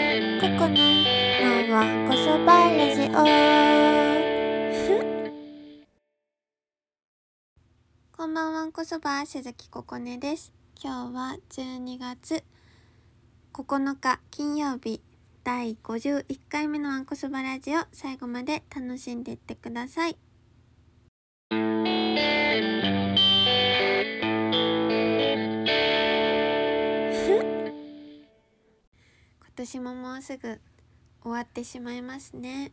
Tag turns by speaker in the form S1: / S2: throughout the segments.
S1: こないのはこそばラジオ こんばんはこそば鈴木ここねです今日は12月9日金曜日第51回目のわんこそばラジオ最後まで楽しんでいってください今年ももうすぐ終わってしまいますね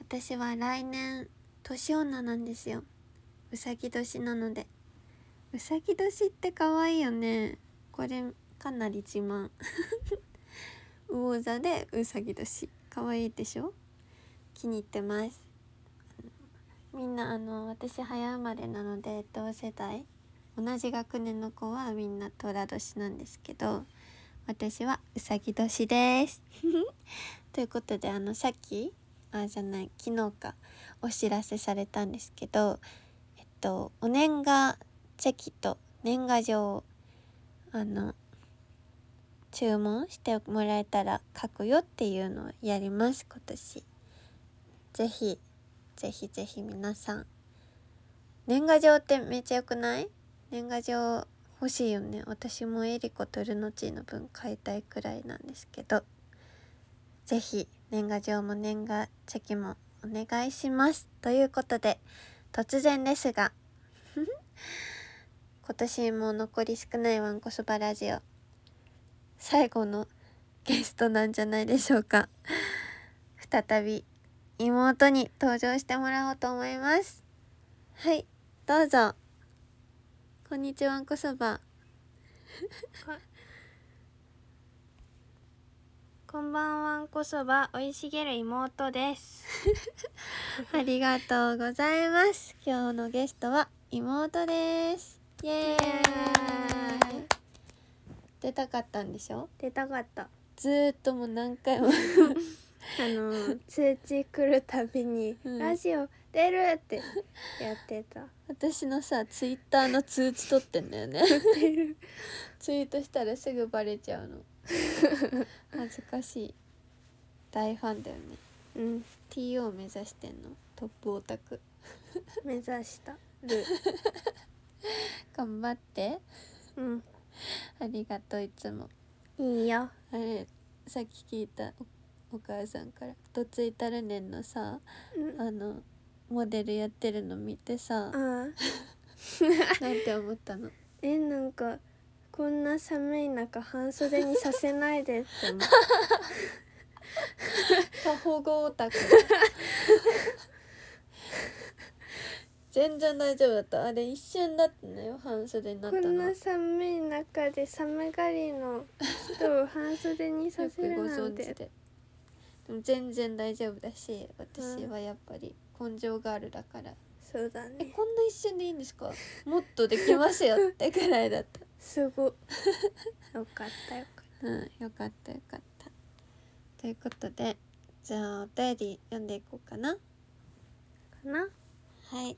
S1: 私は来年年女なんですようさぎ年なのでうさぎ年って可愛いよねこれかなり自慢 魚座でうさぎ年可愛いでしょ気に入ってますあのみんなあの私早生まれなので同世代同じ学年の子はみんな寅年なんですけど私はうさぎ年です ということであのさっきあじゃない昨日かお知らせされたんですけどえっとお年賀チェキと年賀状をあの注文してもらえたら書くよっていうのをやります今年ぜひぜひぜひ皆さん年賀状ってめっちゃ良くない年賀状欲しいよね私もエリコとルノチーの分買いたいくらいなんですけどぜひ年賀状も年賀チェキもお願いしますということで突然ですが 今年も残り少ないわんこそばラジオ最後のゲストなんじゃないでしょうか再び妹に登場してもらおうと思いますはいどうぞこんにちはんこそば
S2: こんばんはんこそばおいしげる妹です。
S1: ありがとうございます今日のゲストは妹ですイエーイ
S2: イエーイ
S1: 出たかったんでしょ
S2: 出たかった。あ
S1: ずーっともう何回も
S2: の通知来るたびに、
S1: うん
S2: ラジオ出るってやってた。
S1: 私のさツイッターの通知取ってんだよねツイートしたらすぐバレちゃうの恥ずかしい大ファンだよね
S2: うん、
S1: TO 目指してんのトップオタク
S2: 目指した。る。
S1: 頑張って
S2: うん、
S1: ありがとういつも
S2: いいよ。
S1: あれさっき聞いたおお母さんから「どついたるねん」のさ
S2: うん、
S1: あのモデルやってるの見て さ
S2: あ
S1: なんて思ったの
S2: え、なんか。こんな寒い中半袖にさせないでって思う
S1: 多保護オタク全然大丈夫だったあれ一瞬だったのよ半袖になっ
S2: こ
S1: た
S2: ん
S1: の
S2: な
S1: よ
S2: 寒い中で寒がりの人を半袖にさ
S1: く
S2: せ
S1: ご
S2: るな
S1: 存
S2: ん
S1: 知で
S2: て
S1: でも全然大丈夫だし私はやっぱり根性ガールだから、
S2: そうだ
S1: え
S2: ね
S1: こんな一瞬でいいんですかもっとできますよってくらいだった
S2: すごいよかったよかっ
S1: うん、よかったよかった。ということで、じゃあお便り読んでいこうかな。
S2: たかな
S1: はい。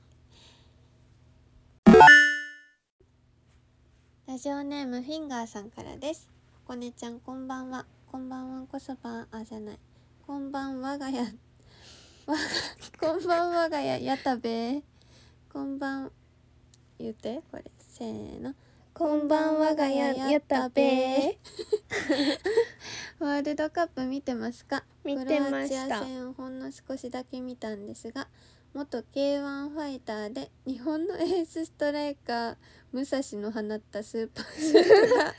S1: ラジオネームフィンガーさんからです。ここねちゃんこんばんは。こんばんはんこそばんあじゃない。こんばん我が家。わがこ んばん我が家やたべこんばん言ってこれせーの。
S2: こんばんはがややったべ。
S1: ワールドカップ見てますか
S2: 見てま
S1: ク
S2: した
S1: ロアチア戦をほんの少しだけ見たんですが元 K1 ファイターで日本のエースストライカー武蔵の放ったスーパーシュート が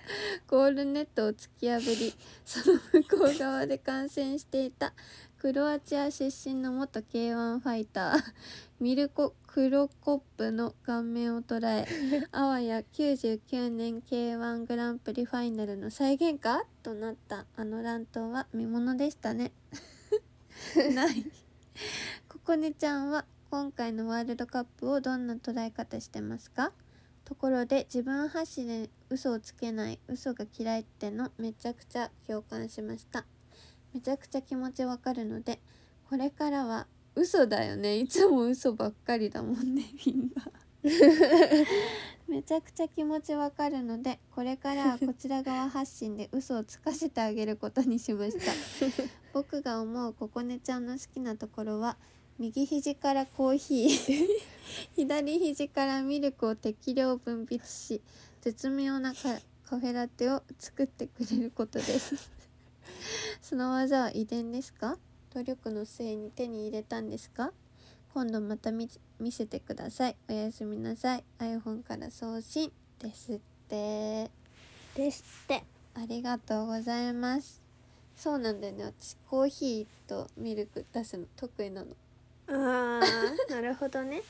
S1: ゴールネットを突き破りその向こう側で観戦していたクロアチア出身の元 K1 ファイターミルコ・クロコップの顔面を捉え あわや99年 k 1グランプリファイナルの再現かとなったあの乱闘は見ものでしたね。ない。ここねちゃんは今回のワールドカップをどんな捉え方してますかところで自分発信で嘘をつけない嘘が嫌いってのめちゃくちゃ共感しました。めちゃくちゃ気持ちわかるのでこれからは嘘だよねいつも嘘ばっかりだもんねみんなめちゃくちゃ気持ちわかるのでこれからはこちら側発信で嘘をつかせてあげることにしました僕が思うここねちゃんの好きなところは右肘からコーヒー左肘からミルクを適量分泌し絶妙なカカフェラテを作ってくれることですその技は遺伝ですか努力の末に手に入れたんですか今度また見見せてくださいおやすみなさい iPhone から送信ですって
S2: ですって
S1: ありがとうございますそうなんだよね私コーヒーとミルク出すの得意なの
S2: ああなるほどね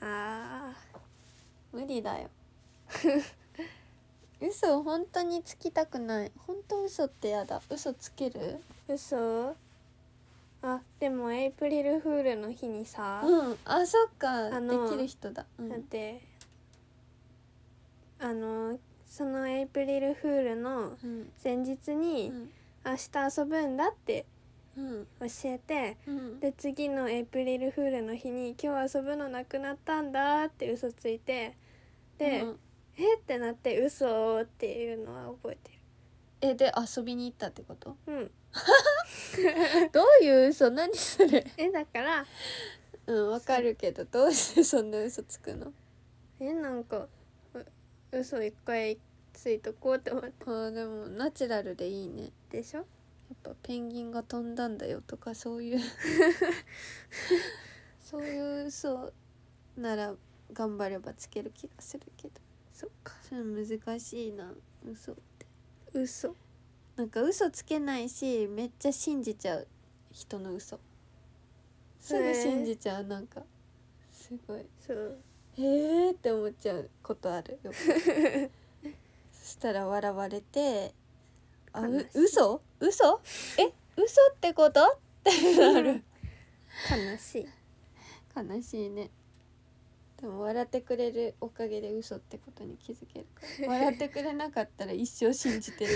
S2: あ
S1: 無理だよ 嘘本当につきたくない本当嘘ってやだ嘘つける
S2: あ嘘あでもエイプリルフールの日にさ、
S1: うんあそっか
S2: あの
S1: できる人だ、うん
S2: だってあのそのエイプリルフールの
S1: うん
S2: 前日に
S1: うん
S2: 明日遊ぶんだって
S1: うん
S2: 教えて
S1: うん
S2: で次のエイプリルフールの日に今日遊ぶのなくなったんだって嘘ついてで、
S1: うん
S2: えってなって嘘っていうのは覚えて
S1: えで遊びに行ったって こと
S2: るうん
S1: どういう嘘何それ
S2: えだから
S1: うんわかるけどどうしてそんな嘘つくの
S2: えなんかう嘘一回ついとこうって思っ
S1: あーでもナチュラルでいいねやった
S2: でしょ
S1: ぱペンギンが飛んだんだよとかそういう そういう嘘なら頑張ればつける気がするけど
S2: そっか
S1: それ難しいな嘘
S2: 嘘
S1: なんか嘘つけないしめっちゃ信じちゃう人の嘘すぐ信じちゃうなんかすごい
S2: そう
S1: へーって思っちゃうことあるよく そしたら笑われて「あ
S2: 悲し
S1: う
S2: い
S1: 嘘嘘え嘘ってこと?」ってなる
S2: 悲しい
S1: 悲しいねでも笑ってくれるおかげで嘘ってことに気づける から笑ってくれなかったら一生信じ てる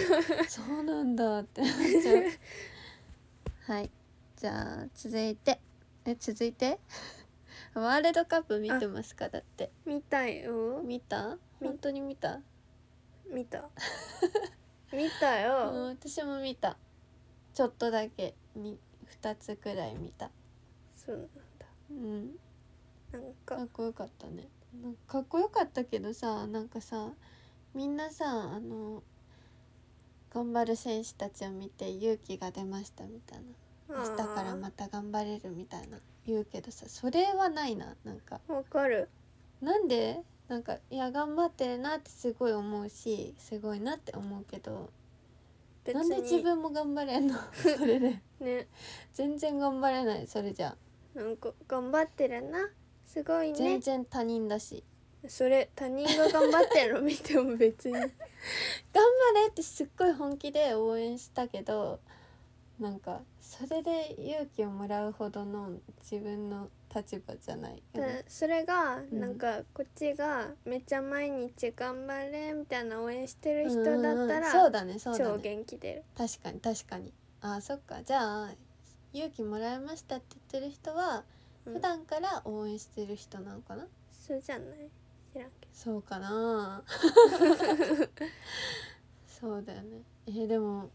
S1: そうなんだってなっちゃう はいじゃあ続いてえ続い てワールドカップ見てますかだって
S2: 見たよ
S1: 見た
S2: 見
S1: 本当に見た
S2: 見た見たよ、
S1: うん私も見たちょっとだけに2つくらい見た
S2: そう
S1: うん
S2: なんだ
S1: か
S2: なん
S1: っ
S2: か
S1: こよかったねなんかかっこよかったけどさなんかさみんなさあの頑張る選手たちを見て勇気が出ましたみたいな明日からまた頑張れるみたいな言うけどさそれはないななんか
S2: あーわかる
S1: なんでなんかいや頑張ってるなってすごい思うしすごいなって思うけど
S2: 別
S1: なんで自分も頑張れんのそれで
S2: ね
S1: 全然頑張れないそれじゃ
S2: なんか頑張ってるなすごいね
S1: 全然他人だし、
S2: それ他人が頑張ってるの見ても別に
S1: 頑張れってすっごい本気で応援したけどなんかそれで勇気をもらうほどの自分の立場じゃないよね
S2: だそれが
S1: うん
S2: なんかこっちがめっちゃ毎日頑張れみたいな応援してる人だ
S1: う
S2: っ
S1: んうんう
S2: た
S1: んそう
S2: ら
S1: だねそうだ
S2: 超
S1: ね
S2: 元気出る
S1: 確かに確かにあーそっかじゃあ勇気もらいましたって言ってる人は
S2: うん
S1: 普段から応援してる人なのかな、
S2: そうじゃない知らんけ
S1: そうか なそうだよねえーでも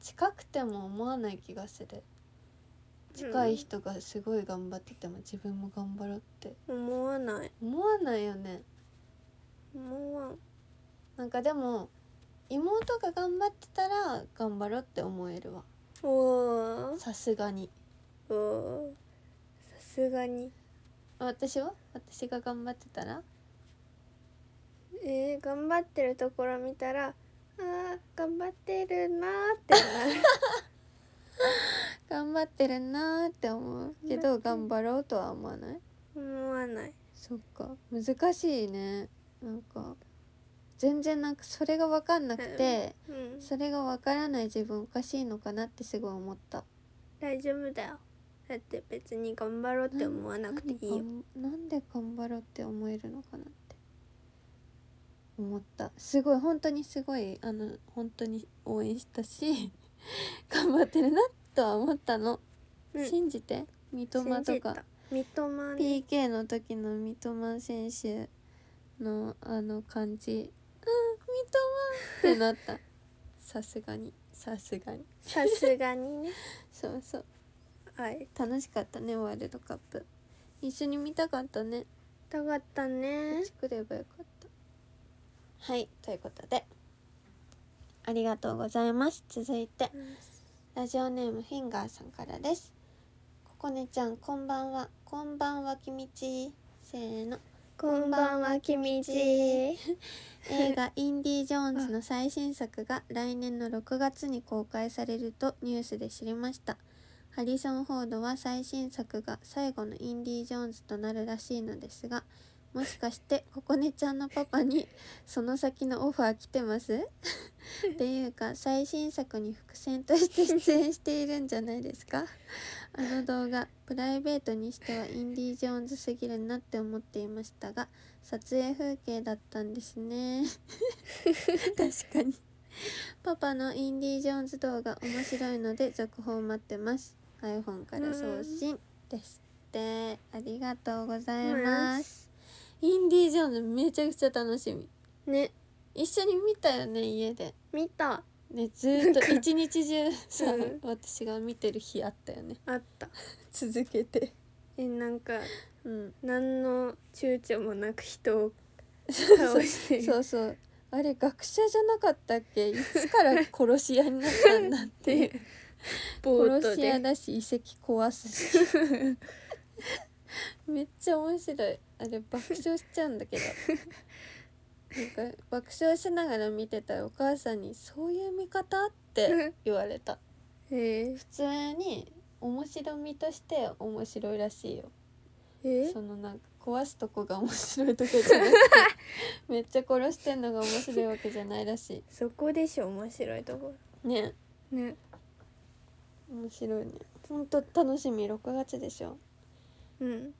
S1: 近くても思わない気がする
S2: ど
S1: 近い、人がすごい頑張ってても自分も頑張ろうって
S2: うん思わない
S1: 思わないよね
S2: 思わん
S1: なんかでも妹が頑張ってたら頑張ろうって思えるわ
S2: おー
S1: さすがに
S2: おーさすがに
S1: 私は私が頑張ってたら
S2: えー、頑張ってるところ見たらあー頑張ってるなーってなる
S1: 頑張ってるなーって思うけど頑張ろうとは思わない
S2: 思わない
S1: そっか難しいねなんか全然なんかそれが分かんなくて、
S2: う ん
S1: それが分からない自分おかしいのかなってすごい思った
S2: 大丈夫だよだって別に頑張ろうって思わなくていいよ
S1: なんなんで頑張ろうって思えるのかなって思ったすごい本当にすごいあの本当に応援したし 頑張ってるなとは思ったの、
S2: うん
S1: 信じて三笘
S2: 信
S1: と
S2: じた
S1: か
S2: 三笘ね
S1: PK の時の三笘選手のあの感じうん三笘ってなった さすがにさすがに
S2: さすがにね
S1: そうそう
S2: はい
S1: 楽しかったねワールドカップ一緒に見たかったね
S2: 痛かったね
S1: 作ればよかったはいということでありがとうございます続いてラジオネームフィンガーさんからですここねちゃんこんばんはこんばんはきみちせーの
S2: こんばんは君ち
S1: 映画「インディ・ジョーンズ」の最新作が来年の6月に公開されるとニュースで知りましたハリソン・フォードは最新作が最後のインディ・ジョーンズとなるらしいのですがもしかしてここねちゃんのパパにその先のオファー来てますっていうか最新作に伏線として出演しているんじゃないですか あの動画プライベートにしてはインディ・ジョーンズすぎるなって思っていましたが撮影風景だったんですね 確かにパパのインディ・ジョーンズ動画面白いので続報待ってます iPhone から送信ですってありがとうございますインディ・ジョーンズめちゃくちゃ楽しみ
S2: ね
S1: 一緒に見たよね家で
S2: 見た
S1: ねずーっと一日中さ、
S2: うん
S1: 私が見てる日あったよね
S2: あった
S1: 続けて
S2: えなんか
S1: うん
S2: 何の躊躇もなく人を倒してる
S1: そうそうあれ学者じゃなかったっけいつから殺し屋になったんだっていう
S2: ボー
S1: 殺
S2: ト
S1: し屋
S2: で
S1: だし遺跡壊すし めっちゃ面白いあれ爆笑しちゃうんだけどなんか爆笑しながら見てたらお母さんに「そういう見方?」って言われた
S2: え
S1: 普通に面白みとして面白いらしいよ
S2: ー、え
S1: そのなんか壊すとこが面白いとこじゃなくてめっちゃ殺してんのが面白いわけじゃないらし
S2: そこでしょ面白いとこ
S1: いね
S2: ね
S1: 面白いねほんと楽しみ6月でしょ
S2: うん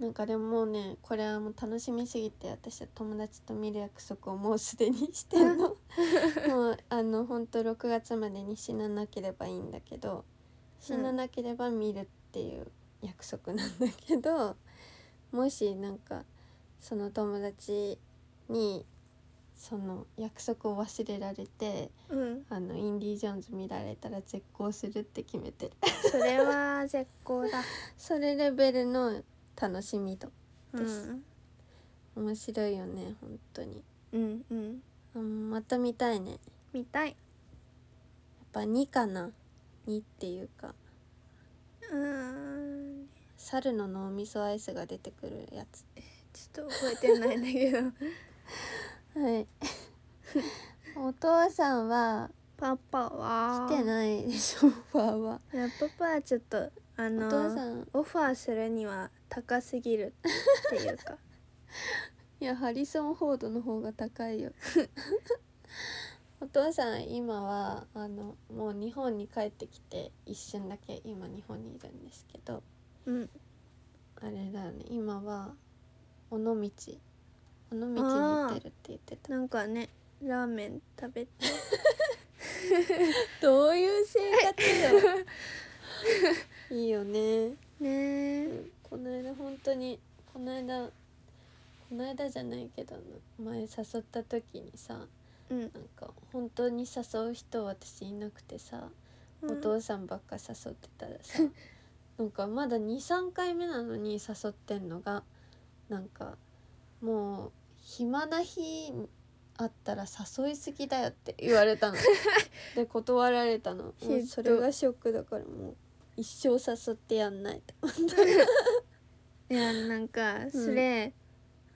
S1: なんかでももうねこれはもう楽しみすぎて私は友達と見る約束をもうすでにしてん のもうあのほんと6月までに死ななければいいんだけど死ななければ見るっていう約束なんだけど、もしなんかその友達にその約束を忘れられて
S2: うん
S1: あのインディ・ジョーンズ見られたら絶交するって決めてる
S2: それは絶好だ
S1: それレベルの楽しみとです
S2: うん
S1: 面白いよね本当に
S2: うんうん
S1: うんまた見たいねやっ
S2: 見たい
S1: ぱ2かな2っていうか
S2: うーん
S1: 猿の脳みそアイスが出てくるやつ
S2: ちょっと覚えてないんだけど
S1: はい お父さんは
S2: パパは
S1: 来てないでしょオファーは
S2: やパパはちょっとあ
S1: お
S2: の
S1: 父さん
S2: オファーするには高すぎるっていう か
S1: いやハリソン・フォードの方が高いよ お父さん今はあのもう日本に帰ってきて一瞬だけ今日本にいるんですけど
S2: うん
S1: あれだよね今は尾道尾道に行ってるって言ってた
S2: なんかねラーメン食べて
S1: どういう生 活よ いいよね
S2: ね
S1: この間本当にこの間この間じゃないけど前誘った時にさ
S2: うん
S1: なんか本当に誘う人私いなくてさ、
S2: うん
S1: お父さんばっか誘ってたらさ なんかまだ23回目なのに誘ってんのがなんかもう暇な日あったら誘いすぎだよって言われた ので断られたの
S2: ひど
S1: も
S2: いう
S1: それがショックだからもう一生誘ってやんないと、
S2: いやなんかそれ、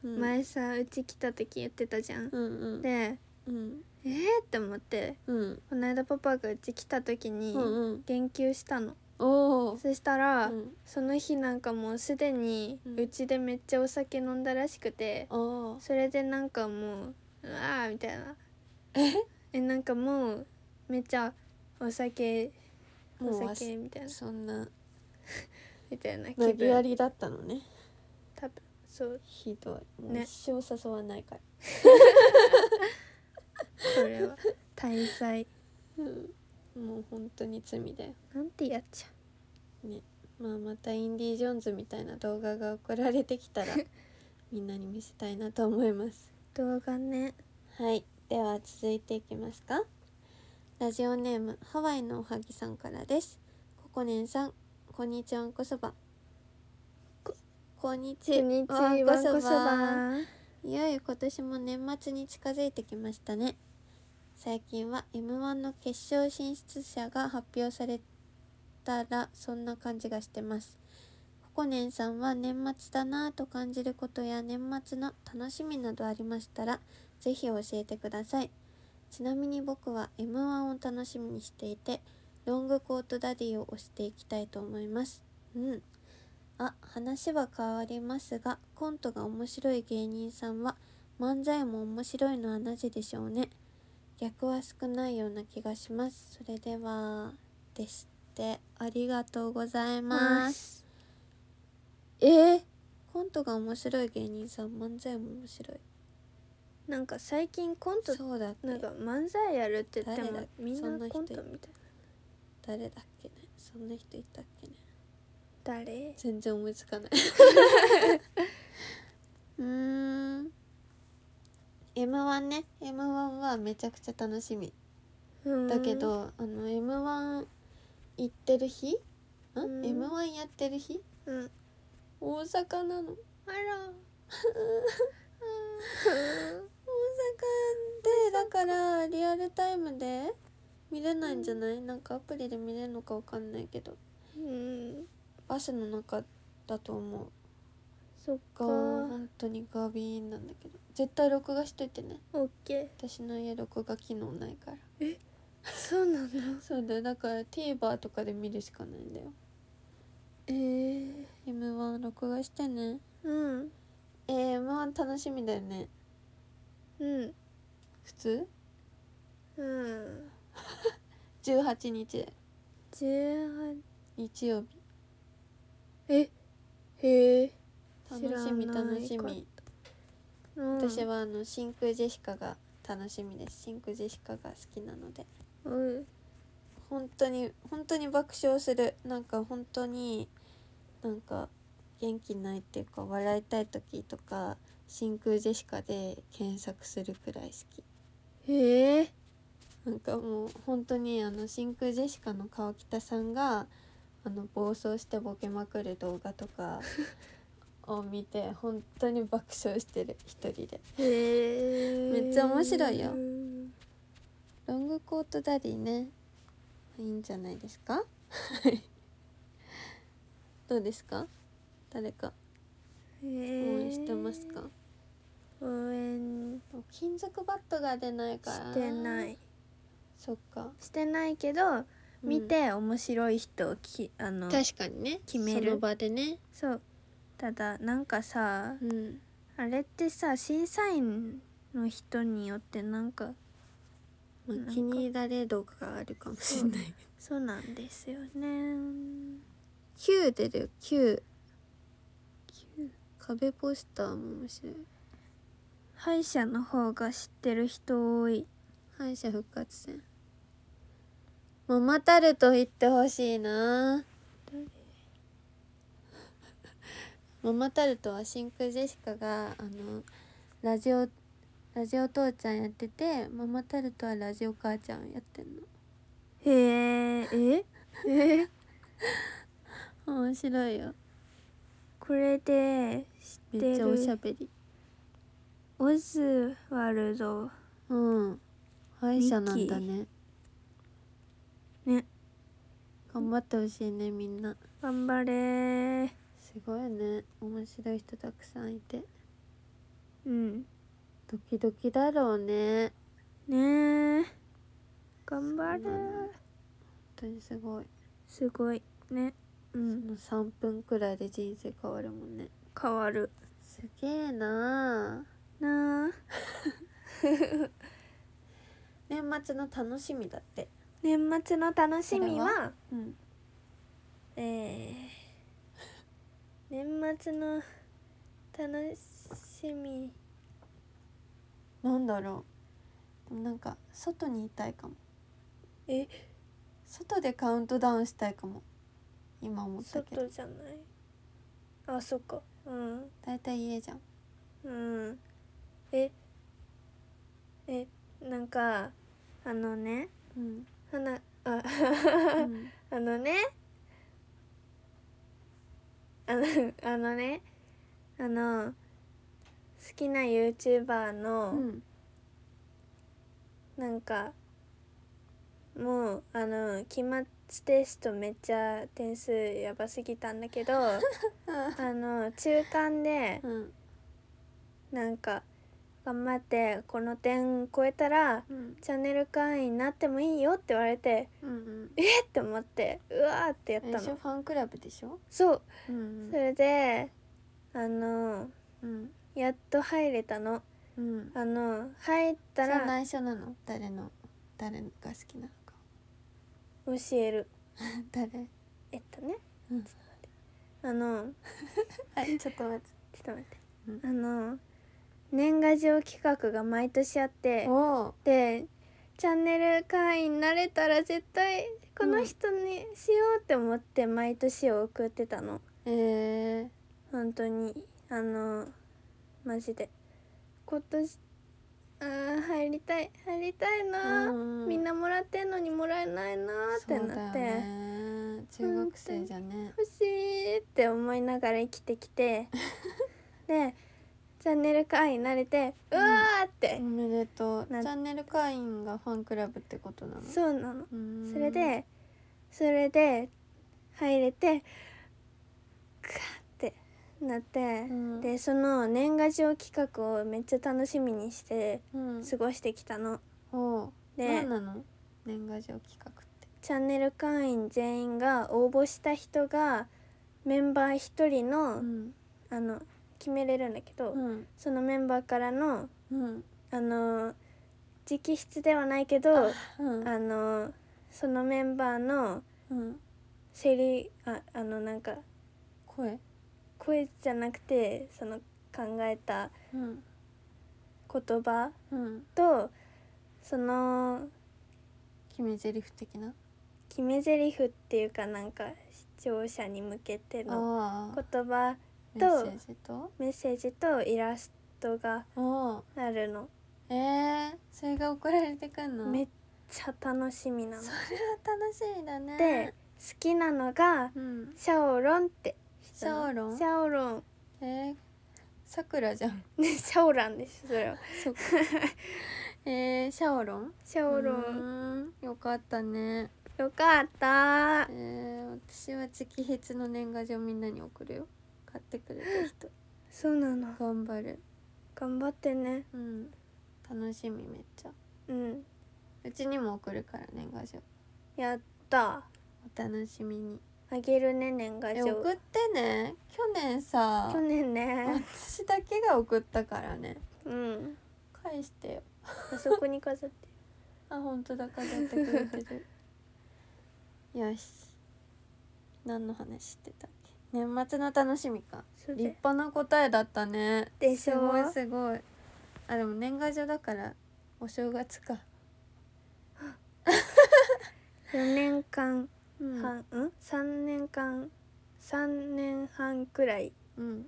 S1: うん、
S2: 前さうち来た時言ってたじゃん、
S1: うんうん
S2: で
S1: うん
S2: えー、って思って
S1: うん
S2: この間パパがうち来た時に
S1: うんうん
S2: 言及したの、
S1: おー
S2: そしたら、
S1: うん
S2: その日なんかもうすでに
S1: うん
S2: うちでめっちゃお酒飲んだらしくて、
S1: おー
S2: それでなんかもう「うわー」みたいなえなんかもうめっちゃお酒
S1: も
S2: お
S1: うわ
S2: 酒みたいな
S1: そんな
S2: みたいな
S1: 投
S2: 気
S1: げや
S2: 分
S1: りだったのね
S2: 多分そう
S1: ひどいもう
S2: ね
S1: 一生誘わないから、
S2: これ は滞在
S1: うんもう本当に罪だよ
S2: なんてやっちゃ
S1: ねまあまたインディ・ジョーンズみたいな動画が送られてきた らみんなに見せたいなと思います
S2: 動画ね
S1: はいでは続いていきますかラジオネームハワイのおはぎさんからですココネンさんこんにちはんこそばここんにち
S2: こ
S1: は
S2: んにちはわんこそば
S1: いよいよ今年も年末に近づいてきましたね最近は m 1の決勝進出者が発表されたらそんな感じがしてますココネンさんは年末だなぁと感じることや年末の楽しみなどありましたらぜひ教えてくださいちなみに僕は m 1を楽しみにしていてロングコートダディを推していきたいと思いますうんあ話は変わりますがコントが面白い芸人さんは漫才も面白いのはなぜでしょうね逆は少ないような気がしますそれではですってありがとうございますえー、コントが面白い芸人さん漫才も面白い
S2: なんか最近コント
S1: そうだっけ
S2: なんか漫才やるって言って
S1: 誰
S2: も
S1: だ
S2: みん
S1: そんな
S2: な
S1: 人
S2: コントみたいな
S1: 誰だっけねそんな人いたっけね
S2: 誰
S1: 全然思いつかない うーん m 1ね m 1はめちゃくちゃ楽しみだけどあの m 1行ってる日ん
S2: うん
S1: m 1やってる日
S2: うんうん
S1: 大阪なの
S2: あら
S1: 大阪でだからリアルタイムで見れないんじゃないなんかアプリで見れるのかわかんないけど
S2: うん
S1: バスの中だと思う
S2: そっか
S1: が本当にガビーンなんだけど絶対録画しといてね
S2: オッケ
S1: 私の家録画機能ないから
S2: ーそうなの
S1: そうだよだから TVer とかで見るしかないんだよ
S2: えー、
S1: m 1録画してね
S2: うん
S1: えー、m 1楽しみだよね
S2: うん
S1: 普通
S2: うん
S1: 18日
S2: 18
S1: 日曜日
S2: えへえ、
S1: 楽しみ
S2: 知らない
S1: 楽しみ
S2: うん、
S1: 私はあの真空ジェシカが楽しみです真空ジェシカが好きなので
S2: うん
S1: 本当に本当に爆笑するなんか本当になんか元気ないっていうか笑いたい時とか真空ジェシカで検索するくらい好き
S2: へえ
S1: なんかもう本当にあの真空ジェシカの川北さんがあの暴走してボケまくる動画とかを見て本当に爆笑してる一人で
S2: へえ
S1: めっちゃ面白いよ
S2: うん
S1: ロングコートダディねいいんじゃないですか どうですか誰か
S2: 応
S1: 応援してますか、
S2: 応援
S1: もう金属バットが出ないから
S2: してない
S1: そっか
S2: してないけど
S1: うん
S2: 見て面白い人をきあの
S1: 確かにね
S2: 決める
S1: その場でね
S2: そうただなんかさ
S1: うん
S2: あれってさ審査員の人によってなんか
S1: まあ
S2: なんか
S1: 気に入られる動画があるかもしれない
S2: そうなんですよね
S1: 9出る9 9壁ポスターも面白い
S2: 歯医者の方が知ってる人多い
S1: 敗者復活戦ママタルト行ってほしいなママタルトは真空ジェシカがあのラジオラジオ父ちゃんやっててママタルトはラジオ母ちゃんやってん
S2: へえええ
S1: の面白いよ
S2: これで知っ
S1: めってちゃおしゃ
S2: る
S1: べり
S2: オズワルド
S1: うん敗者なんだね
S2: ね
S1: 頑張ってほしいねみんな
S2: 頑張れ
S1: すごいね面白い人たくさんいて
S2: うん
S1: ドキドキだろうね
S2: ねえ頑
S1: そうなの
S2: 張れ
S1: 本当にすごい、
S2: すごいねうん
S1: その3分くらいで人生変わるもんね
S2: 変わる
S1: すげえなあ
S2: なあ
S1: 年末の楽しみだって
S2: 年末の楽しみは
S1: それうん
S2: えー、年末の楽しみ
S1: なんだろうでもなんか外にいたいかも
S2: え
S1: 外でカウントダウンしたいかも今思ったけど
S2: 外じゃないあそっかうん
S1: 大体家じゃん
S2: うんええなんかあのね
S1: うん、
S2: 花あ
S1: うん、
S2: あのねあのあのねあの好きな YouTuber の、
S1: うん
S2: なんかもうあの期末テストめっちゃ点数やばすぎたん だけどあの中間で
S1: うん
S2: なんか頑張ってこの点超えたら
S1: うん
S2: チャンネル会員になってもいいよって言われて
S1: うん
S2: えっって思ってうわーってやっ
S1: あれで
S2: た
S1: しょ
S2: の
S1: ファンクラブでしょ
S2: そう
S1: うん
S2: それであの
S1: うん
S2: やっと入れたの
S1: うん
S2: あの入った
S1: それ
S2: ら
S1: 内緒なの誰の誰が好きなのか
S2: 教える
S1: 誰
S2: えっとね
S1: うん
S2: あの
S1: はいちょっと待っ
S2: ちょっと待って、
S1: うん
S2: あの年賀状企画が毎年あって
S1: ておお
S2: でチャンネル会員になれたら絶対この人にしようって思って毎年を送ってたの
S1: えー、
S2: 本当にあのマジで今年あー入りたい入りたいな、
S1: うん
S2: みんなもらってんのにもらえないなって
S1: そうだ
S2: なっ
S1: よ
S2: て、
S1: ね中学生じゃね
S2: 欲しいって思いながら生きて きてでチャンネル会員になれてうわーって
S1: お、めでとうチ
S2: なん
S1: ャンネル会員がファンクラブってことなの
S2: そうなの
S1: うーん
S2: それでそれで入れてガーってなって、
S1: ん
S2: でその年賀状企画をめっちゃ楽しみにして
S1: うん
S2: 過ごしてきたの。
S1: おう
S2: で
S1: 何なの年賀状企画って
S2: チャンネル会員全員が応募した人がメンバー1人の,、
S1: うん
S2: あの決めれるんだけど、
S1: うん
S2: そのメンバーからの
S1: うん
S2: あの直筆ではないけどあ
S1: うん
S2: のそのメンバーの
S1: うん
S2: セリああのなんか
S1: 声
S2: 声じゃなくてその考えた
S1: うん
S2: 言葉
S1: うん
S2: とその
S1: 決め台詞的な
S2: 決め台詞っていうかなんか視聴者に向けての
S1: ああ
S2: 言葉
S1: メッセージと
S2: メッセージとイラストが
S1: おう
S2: あるの
S1: えー、それが送られてくんの
S2: めっちゃ楽しみなの
S1: そ。れは楽しみだね
S2: で好きなのが
S1: うん
S2: シャオロンって
S1: シャオロン
S2: シャオロン
S1: えー、さくらじゃん
S2: ね、シャオランですそれは
S1: そっかえー、シャオロン
S2: シャオロ
S1: う
S2: ン
S1: ーんよかったね
S2: よかった
S1: えー、私は直筆の年賀状みんなに送るよ買ってくれた 人
S2: そうなの
S1: 頑張る
S2: 頑張ってね
S1: うん楽しみめっちゃ
S2: うん
S1: うちにも送るから年賀状
S2: やった
S1: お楽しみに
S2: あげるね年賀
S1: え
S2: 状
S1: 送ってね去年さ
S2: 去年ね
S1: 私だけが送ったからね
S2: うん
S1: 返してよ
S2: あそこに飾って
S1: あ本当だ飾ってくれて るよし何の話してたっけ年末の楽しみか
S2: そう
S1: 立
S2: だよ
S1: 派な答えだったね
S2: でしょ
S1: すごいすごいあでも年賀状だからお正月か、
S2: 4年間
S1: うん
S2: 半うん3年間3年半くらい
S1: うん、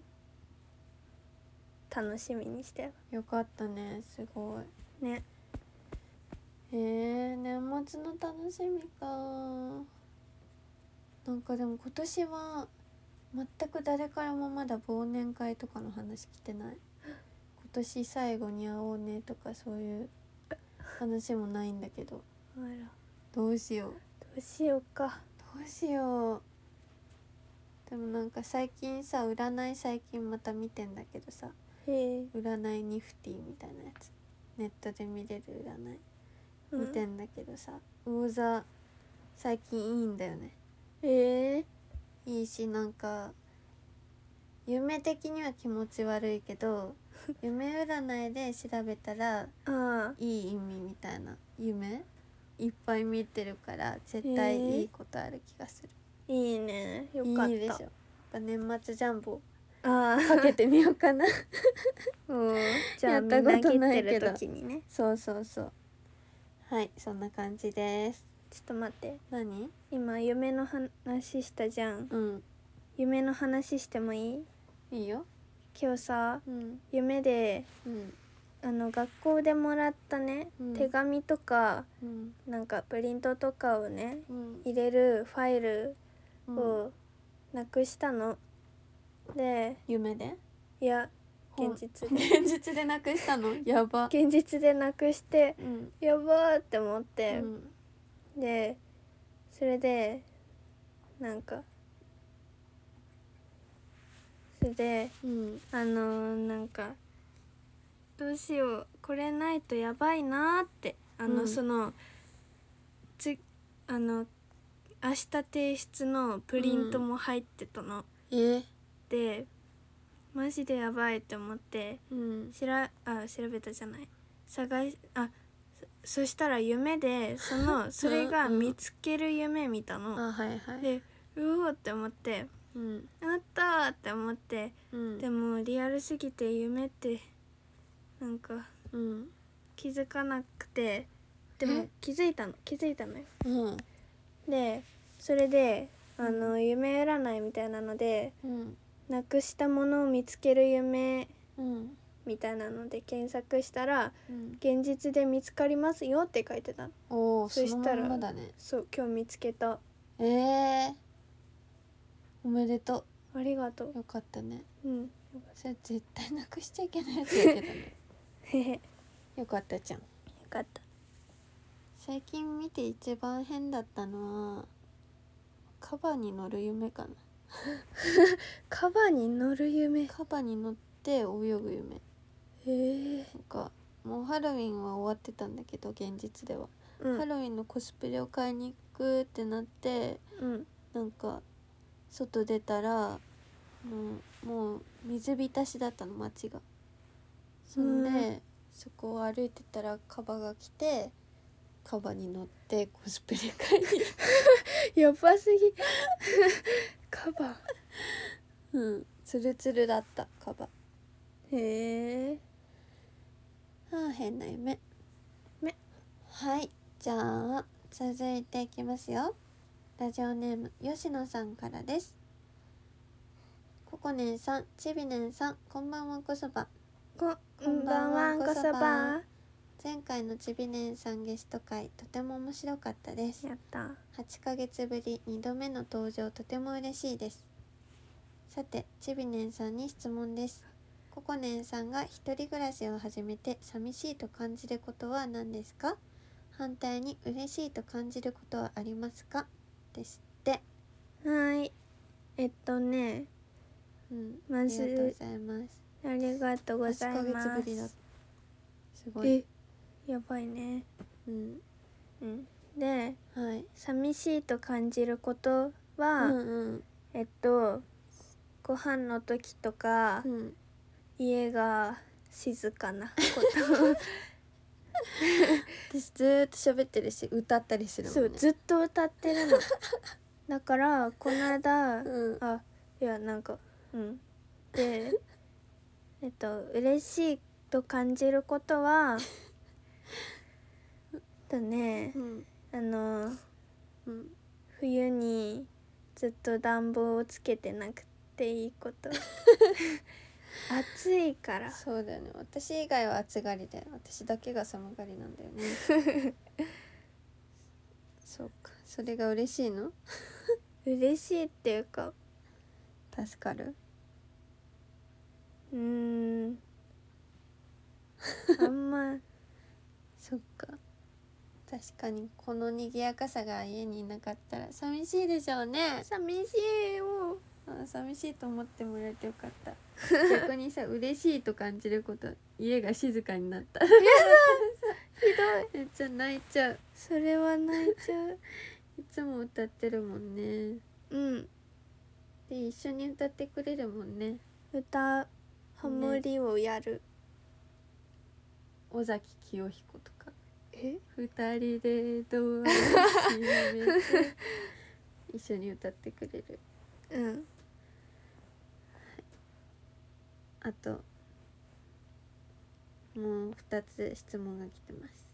S2: 楽しみにして
S1: よかったねすごい
S2: ね
S1: へえ年末の楽しみかなんかでも今年は全く誰からもまだ忘年会とかの話来てない今年最後に会おうねとかそういう話もないんだけど
S2: あらど
S1: どうしよう
S2: うしようか
S1: どうしようでもなんか最近さ占い最近また見てんだけどさ
S2: へえ、
S1: 占いニフティみたいなやつネットで見れる占い
S2: うん
S1: 見てんだけどさ魚座最近いいんだよね
S2: へえ
S1: いいしなんか夢的には気持ち悪いけ ど夢占いで調べたら
S2: ああ
S1: いい意味みたいな夢いっぱい見てるから絶対いいことある気がする、
S2: いいねよかった
S1: いいでしょやっぱ年末ジャンボ
S2: ああ
S1: かけてみようか な
S2: うんじゃ
S1: や
S2: あ
S1: っ
S2: みん
S1: た
S2: な
S1: こと
S2: 切
S1: な
S2: っ
S1: い
S2: て
S1: け
S2: る
S1: ど
S2: 時にね
S1: そうそうそうはいそんな感じです
S2: ちょっと待って
S1: 何
S2: 今夢の話したじゃん
S1: うん
S2: 夢の話してもいい
S1: いいよ
S2: 今日さ
S1: うん
S2: 夢で
S1: うん
S2: あの学校でもらったね、
S1: うん
S2: 手紙とか
S1: うん
S2: なんかプリントとかをね
S1: うん
S2: 入れるファイル
S1: うん
S2: をなくしたの、で
S1: 夢で
S2: いや
S1: ほん
S2: 現実で
S1: 現実でなくした のやば
S2: 現実でなくして
S1: うん
S2: やばーって思っ
S1: う
S2: て、
S1: ん
S2: でそれでなんかそれで
S1: うん
S2: あのーなんかどうしようこれないとやばいなーってあの、
S1: うん
S2: そのつあの明日提出のプリントも入ってたの、
S1: え
S2: でマジでやばいって思って
S1: うん
S2: しらあ調べたじゃない探しあそそしたら夢でそのそれ が
S1: うん
S2: 見つける夢見たの、
S1: あはいはい
S2: でうおーって思って
S1: うん
S2: あったーって思って
S1: うん
S2: でもリアルすぎて夢ってなんか
S1: うん
S2: 気づかなくてでも
S1: え
S2: 気づいたの気づいたのよ
S1: うん
S2: でそれであの夢占いみたいなので
S1: うん
S2: なくしたものを見つける夢
S1: うん
S2: みたいなので検索したら
S1: うん
S2: 現実で見つかりますよって書いてたの
S1: おおそ
S2: そ
S1: の
S2: したら
S1: まんまだね
S2: そう今日見つけた
S1: ええおめでと
S2: ありがとう
S1: うよかったね
S2: うん
S1: それ絶対なくしちゃいけないやつだけど ね
S2: へへよ
S1: よかったじゃん
S2: かった
S1: 最近見て一番変だったのはカバに乗る夢かな
S2: カバに乗る夢へ
S1: カバに乗って泳ぐ夢
S2: え、
S1: なんかもうハロウィンは終わってたんだけど現実では、
S2: うん
S1: ハロウィンのコスプレを買いに行くってなって
S2: うん、
S1: なんか外出たらもうもう水浸しだったの街がそんで、
S2: うん
S1: そこを歩いてたらカバが来てカバに乗ってコスプレ会に
S2: やばすぎカバ
S1: うん、ツルツルだったカバ。
S2: へえ
S1: ああ、変な夢。
S2: ね
S1: はい、じゃあ、続いていきますよ。ラジオネーム、吉野さんからです。ココネンさん、ちびねんさん、こんばんはこそば。
S2: こ
S1: こん
S2: ん
S1: ば
S2: ば
S1: ん
S2: ん
S1: は
S2: は
S1: ん
S2: ん
S1: こ
S2: こ
S1: そ
S2: そ
S1: ば
S2: ば
S1: 前回のちびねんさんゲスト会、とても面白かったです。
S2: やった
S1: 8ヶ月ぶり2度目の登場とても嬉しいですさてちびねんさんに質問ですここねんさんが一人暮らしを始めて寂しいと感じることは何ですか反対に嬉しいと感じることはありますかですって
S2: はいえっとね
S1: うん、
S2: ま
S1: ありがとうご
S2: ず
S1: ざいます
S2: ありがとうござい
S1: 8ヶ
S2: ま
S1: 月ぶりだ
S2: す
S1: すごい
S2: えやばいね
S1: うん
S2: うんで
S1: はい
S2: 寂しいと感じることは、
S1: うんうん
S2: えっとご飯の時とか、
S1: うん
S2: 家が静かなこ
S1: 私ずーっと喋ってるし歌ったりす
S2: と
S1: るも
S2: そ
S1: ん
S2: う
S1: ね
S2: ずっと歌ってるのだからこの間、
S1: うん
S2: あいやなんかうんでえっと嬉しいと感じることはとね
S1: うん
S2: あの
S1: うん
S2: 冬にずっと暖房をつけてなくていいこと暑いから
S1: そうだよね私以外は暑がりで私だけが寒がりなんだよねそうかそれが嬉しいの
S2: 嬉しいっていうか
S1: 助かる
S2: うーんあんま
S1: そっか確かにこの賑やかさが家にいなかったら寂しいでしょうね
S2: 寂しいよ
S1: あ寂しいと思ってもらえてよかった逆にさ嬉しいと感じること家が静かになった
S2: ひどい
S1: めっちゃ泣いちゃう
S2: それは泣いちゃう
S1: いつも歌ってるもんね
S2: うん
S1: で一緒に歌ってくれるもんね
S2: 歌ハモリをやる、
S1: 尾崎清彦とか
S2: え
S1: 二人でドアを閉めて一緒に歌ってくれる
S2: うん
S1: あともう二つ質問が来てます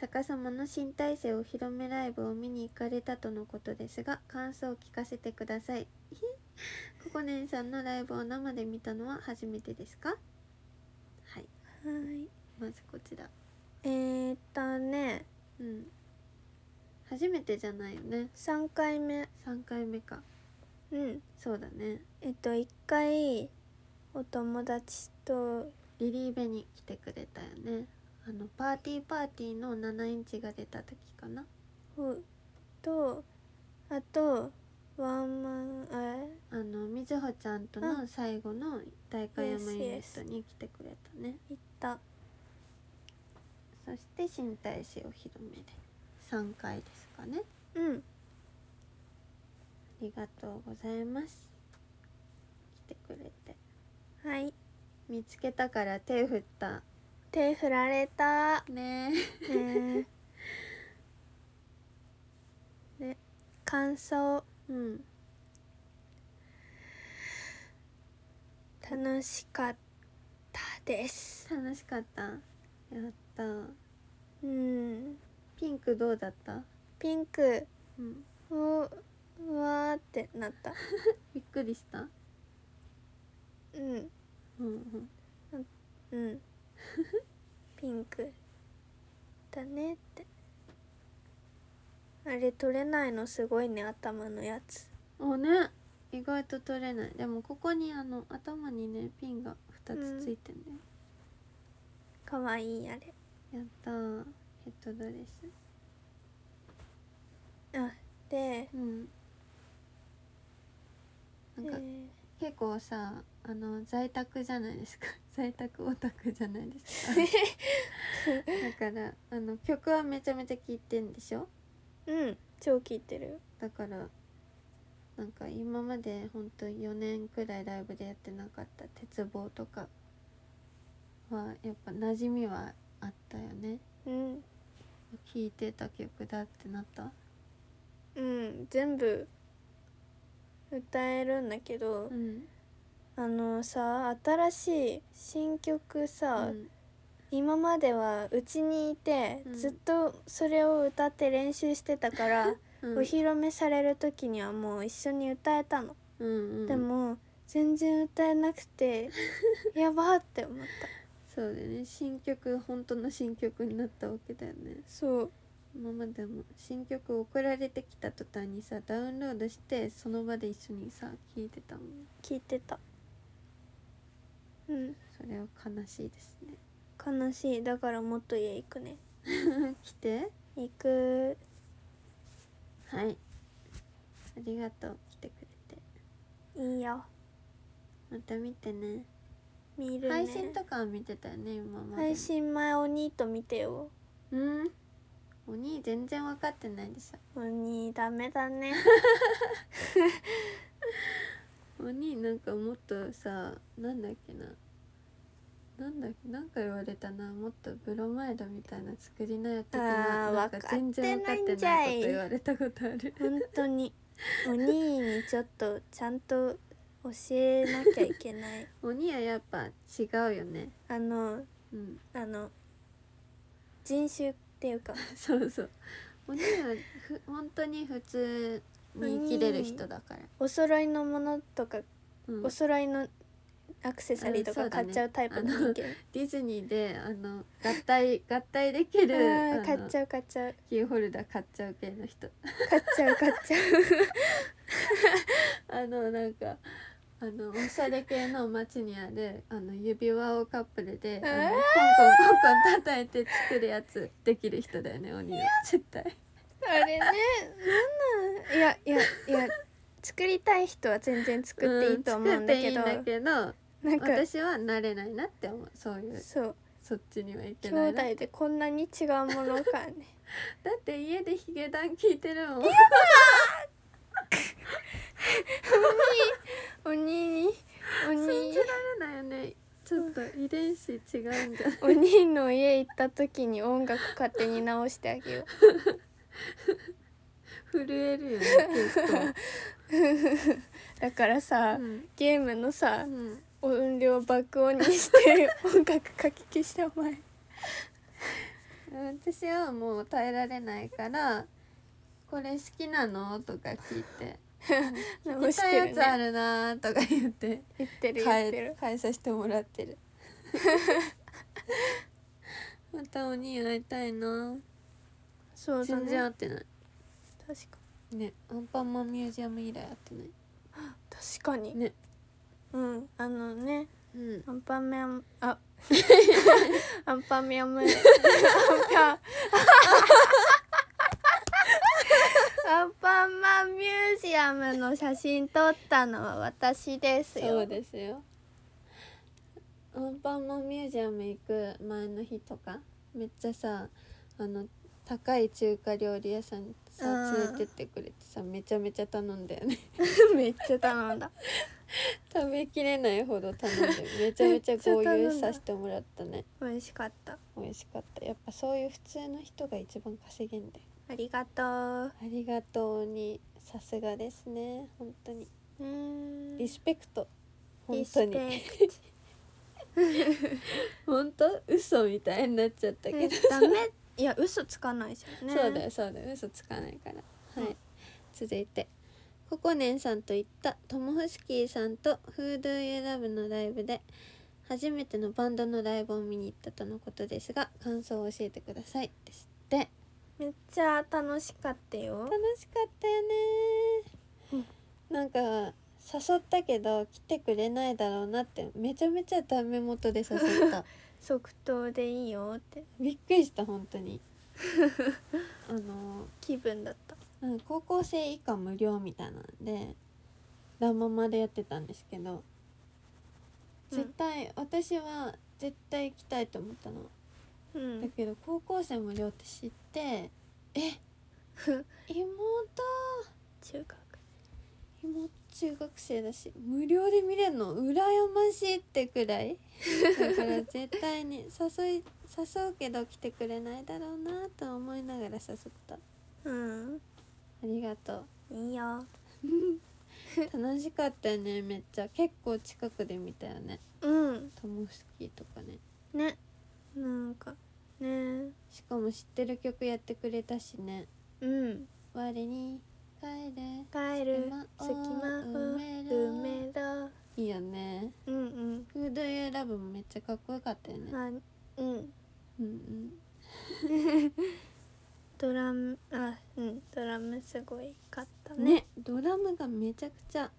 S1: 逆さまの新体制お披露目ライブを見に行かれたとのことですが感想を聞かせてくださいココネンさんのライブを生で見たのは初めてですかはい
S2: はい
S1: まずこちら
S2: えー、っとね
S1: うん初めてじゃないよね
S2: 3回目
S1: 3回目か
S2: うん
S1: そうだね
S2: えっと1回お友達と
S1: リリーベに来てくれたよねあのパーティーパーティーの7インチが出た時かな
S2: うとあとワンマンあ
S1: あのみずほちゃんと
S2: う
S1: の最後の大会山ユニット
S2: Yes,
S1: に来てくれたね
S2: 行った
S1: そして新体制お披露目で3回ですかね
S2: うん
S1: ありがとうございます来てくれて
S2: はい
S1: 見つけたから手振った
S2: 手振られ た
S1: ね
S2: ねえね感想
S1: え うん
S2: 楽しかったです
S1: 楽しかったやった
S2: うん
S1: ピンクどうだった
S2: ピンク
S1: うん
S2: ううわーってなった
S1: びっくりした
S2: うん
S1: うんうん
S2: うん ピンクだねってあれ取れないのすごいね頭のやつ
S1: おね意外と取れないでもここにあの頭にねピンが2つついてんだよ、
S2: かわいいあれ
S1: やったーヘッドドレス
S2: あで
S1: うんなんか、
S2: え
S1: 結構さあの在宅じゃないですか 在宅オタクじゃないですかだからあの曲はめちゃめちゃ聴いてんでしょ
S2: ーうん超聞いてる
S1: だからなんか今までほんと4年くらいライブでやってなかった鉄棒とかはやっぱ馴染みはあったよね
S2: うん
S1: 聴いてた曲だってなった
S2: うん全部歌えるんだけど、
S1: うん、
S2: あのさ新しい新曲
S1: う
S2: さ、
S1: ん、
S2: 今まではうちにいて、
S1: うん
S2: ずっとそれを歌って練習してたから、
S1: うん
S2: お披露目される時にはもう一緒に歌えたの、
S1: うんうん
S2: でも全然歌えなく てやばーって思った
S1: そうだよね新曲本当の新曲になったわけだよね
S2: そう
S1: 今までも新曲送られてきた途端にさダウンロードしてその場で一緒にさ聴いてたもん
S2: 聞いてたうん
S1: それは悲しいですね
S2: 悲しいだからもっと家行くね
S1: 来て
S2: 行く
S1: はいありがとう来てくれて
S2: いいよ
S1: また見てね
S2: 見るね
S1: 配信とかは見てたよね今まで
S2: 配信前お兄と見てよ
S1: うんお兄全然分かってないでしょ
S2: お兄ダメだね
S1: お兄なんかもっとさなんだっけななんだっけなんか言われたなもっとブロマイドみたいな作りなよ的な
S2: あー
S1: なんか
S2: 分かって
S1: 全然分かって
S2: な
S1: ないい
S2: ん
S1: こと
S2: じゃい
S1: 言われたことある
S2: 本当にお兄にちょっとちゃんと教えなきゃいけない
S1: 鬼はやっぱ違うよね
S2: あの
S1: うん
S2: あの人種っていうか
S1: そうそう鬼はふ本当に普通に生きれる人だから、
S2: お揃いのものとか、
S1: うん、
S2: お
S1: デ
S2: 揃いのアクセサリーと
S1: う
S2: か
S1: んそうだ
S2: 買
S1: ね
S2: っちゃうタイプの人間、
S1: ィズニーであの合体 合体できるあ
S2: あー買っ
S1: の
S2: ちゃう買っちゃう
S1: キーホルダー買っちゃう系の人
S2: 買っちゃう買っちゃ
S1: あのなんかあのおしゃれ系の街にあるあの指輪をカップルであの
S2: え
S1: コ
S2: ー
S1: ンコンコンコン叩いて作るやつできる人だよね鬼は絶対
S2: うあれねなんなんいやいやいや作りたい人は全然作っていいと思うんだけど、
S1: 作っていいんだ
S2: なん
S1: けど
S2: か
S1: 私はなれないなって思うそういう
S2: そう
S1: そっちにはいけ
S2: 兄
S1: ない
S2: 弟
S1: なだ
S2: でこんなに違うものかね
S1: って家でヒゲダン聞いてるもん
S2: お兄にお
S1: 信
S2: 兄
S1: じられないよねちょっと遺伝子違うんじゃない
S2: お兄の家行った時に音楽勝手に直してあげよ
S1: 震えるよね
S2: うだからさ、
S1: うん
S2: ゲームのさ
S1: 結構、うん
S2: 音量爆音にして音楽かき消してお前
S1: 私はもう耐えられないから「これ好きなの?」とか聞い て「
S2: 直
S1: 見
S2: したて
S1: や
S2: る
S1: つあ
S2: ね
S1: るな」とか言って
S2: 言ってる言
S1: 変
S2: って
S1: え
S2: る
S1: 変えさせてもらってる またおに会いたいな
S2: そうだ
S1: 全然会
S2: ね
S1: ってない
S2: 確か
S1: ねアンパンマンミュージアム以来会ってない
S2: 確かに
S1: ね
S2: うんあのね
S1: うん
S2: アンパンマン あアンパンミャムアンパンアンパンマンミュージアムの写真撮ったのは私ですよ
S1: そうですよアンパンマンミュージアム行く前の日とかめっちゃさあの高い中華料理屋さんにさ
S2: うん
S1: 連れてってくれてさめちゃめちゃ頼んだよね
S2: めっちゃ頼んだ
S1: 食べきれないほど頼んで めちゃめちゃ豪遊させてもらったね
S2: 美味しかった
S1: 美味しかったやっぱそういう普通の人が一番稼げんだよ
S2: ありがとう
S1: ありがとうにさすがですね本当に
S2: うーん
S1: リスペクト本
S2: リス
S1: 当
S2: ペ
S1: に
S2: ク
S1: 本当嘘みたいになっちゃった
S2: ト
S1: けど、
S2: ダメいや嘘つかないじゃんね
S1: そうだよそうだよ嘘つかないからはい、
S2: うん
S1: 続いてココネンさんと行ったトモフスキーさんと「フードゥ You Love」のライブで初めてのバンドのライブを見に行ったとのことですが感想を教えてくださいですって
S2: めっちゃ楽しかったよ
S1: 楽しかったよねなんか誘ったけど来てくれないだろうなってめちゃめちゃダメ元で誘 った
S2: 即答でいいよって
S1: びっくりした本当にあの
S2: 気分だった
S1: うん、高校生以下無料みたいなんでラ・ママでやってたんですけど
S2: うん
S1: 絶対、私は絶対行きたいと思ったの、
S2: う
S1: だ
S2: ん
S1: けど高校生無料って知ってえ妹
S2: 中学
S1: 妹中学生だし無料で見れるの羨ましいってくらいだ から絶対に誘い誘うけど来てくれないだろうなとは思いながら誘ったあ
S2: うん
S1: りがとう
S2: いいよ
S1: 楽しかったよねめっちゃ結構近くで見たよね
S2: うん
S1: トモフスキーとかね
S2: ねなんかね
S1: しかも知ってる曲やってくれたしね
S2: うん
S1: 「我に帰れ
S2: 帰る
S1: 隙間
S2: 隙間を
S1: を
S2: 埋
S1: 埋め
S2: めろ」
S1: いいよね
S2: うん
S1: 「フード・ユー・ラブ」もめっちゃかっこよかったよ
S2: う
S1: ね
S2: んあう
S1: う
S2: ん
S1: んうん
S2: ドラムあうんドラムすごいかったね
S1: ねドラムがめちゃくちゃ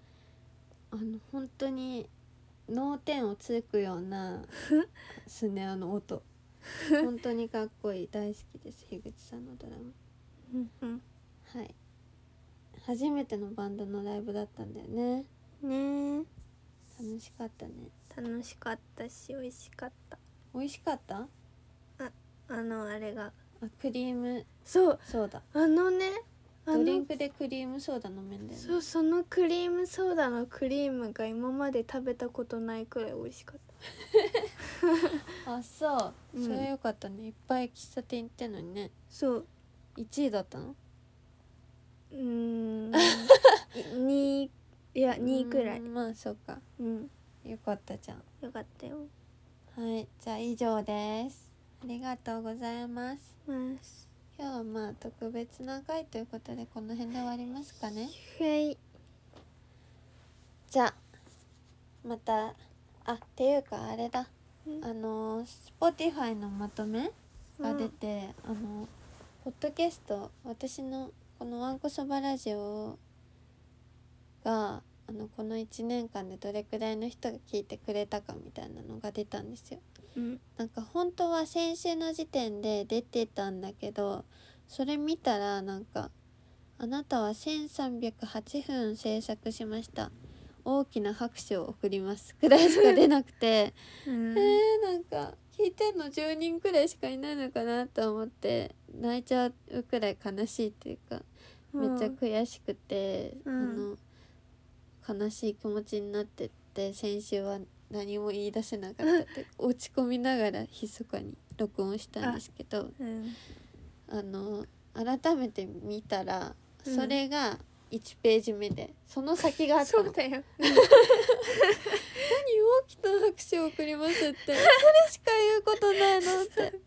S1: あの本当に脳天をつくようなスネアの音本当にかっこいい大好きです樋口さんのドラム
S2: うんうん
S1: はい初めてのバンドのライブだったんだよね
S2: ね
S1: 楽しかったね
S2: 楽しかったし美味しかった
S1: 美味しかったあ
S2: あのあれが
S1: クリーム
S2: そう
S1: ソーダ
S2: あのねあ
S1: ドリ
S2: の
S1: ンクでクリームソーダ飲めんだよね
S2: そうそのクリームソーダのクリームが今まで食べたことないくらい美味しかった
S1: あそう、
S2: うん
S1: それよかったねいっぱい喫茶店行ってんのにね
S2: そう
S1: 1位だったの
S2: うーん2いや2くらい
S1: うんまあそうか
S2: うん
S1: よかったじゃん
S2: よかったよ
S1: はいじゃあ以上ですありがとうございます
S2: ます
S1: 今日はまあ特別な回ということでこの辺で終わりますかね
S2: はい
S1: じゃあまたあっていうかあれだ
S2: うん
S1: あの Spotify のまとめが出て、あのポッドキャスト私のこの「わんこそばラジオが」あのこの1年間でどれくらいの人が聞いてくれたかみたいなのが出たんですよ。
S2: うん
S1: なんか本当は先週の時点で出てたんだけどそれ見たらなんか「あなたは1308分制作しました大きな拍手を送ります」くらいしか出なくて
S2: うん
S1: えー、なんか聞いてんの10人くらいしかいないのかなと思って泣いちゃうくらい悲しいっていうかめっちゃ悔しくて、
S2: うん
S1: あの悲しい気持ちになってって先週は何も言い出せなかったって落ち込みながら密かに録音したんですけど
S2: うん
S1: あの改めて見たら
S2: うん
S1: それが1ページ目で、その先があった
S2: そ
S1: の
S2: う
S1: 何
S2: だよ
S1: 大きな拍手を送りますってそれしか言うことないのって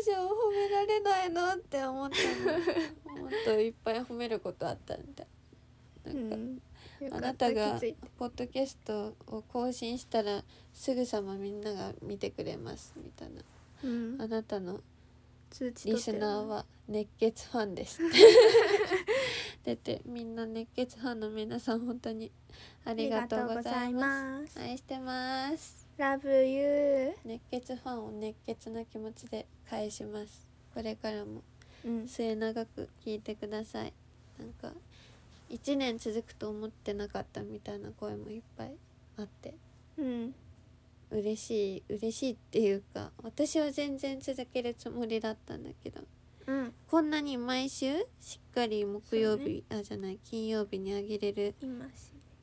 S1: 以上褒められないのって思ったのもっといっぱい褒めることあったんだなんか、
S2: うんよか
S1: あ
S2: っ
S1: なたが
S2: 気づいて
S1: ポッドキャストを更新したらすぐさまみんなが見てくれますみたいな
S2: うん
S1: あなたの
S2: 通知取
S1: リ
S2: って
S1: ス
S2: る
S1: ナーは熱血ファンです。 出てみんな熱血ファンの皆さん本当にあ
S2: あ
S1: り
S2: り
S1: が
S2: が
S1: と
S2: と
S1: う
S2: う
S1: ご
S2: ご
S1: ざ
S2: ざ
S1: い
S2: い
S1: ます。
S2: ます
S1: 愛してます。
S2: ラブユ
S1: 熱血ファンを熱血な気持ちで返します。これからも
S2: ーうん
S1: 末長く聞いてください。なんか一年続くと思ってなかったみたいな声もいっぱいあって
S2: うん
S1: 嬉しい嬉しいっていうか私は全然続けるつもりだったんだけど
S2: うん
S1: こんなに毎週しっかり木曜
S2: そう
S1: 日、あじゃない金曜日にあげれる
S2: 今し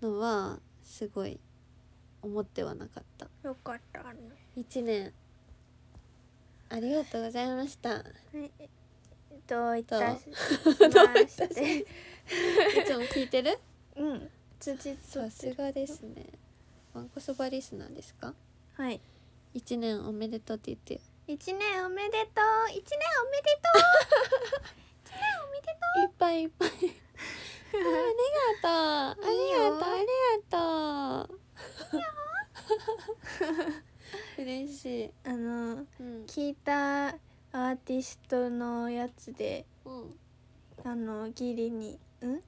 S1: のはすごい思ってはなかった
S2: よかったね
S1: 1年ありがとうございましたい
S2: はいどういた
S1: どう
S2: しまして
S1: つも聞いてる
S2: うん通知取
S1: さ
S2: って
S1: す
S2: る
S1: がですねわんこそばリスナーですか
S2: はい
S1: 1年おめでとうって言ってよ
S2: 一年おめでとう一年おめでと
S1: いっぱいいっぱいあありがとうあ
S2: いい
S1: り
S2: よ
S1: がとうありがとう嬉しい、
S2: うあの
S1: うん
S2: 聞いたアーティストのやつで
S1: うん
S2: あのギリにうん
S1: うん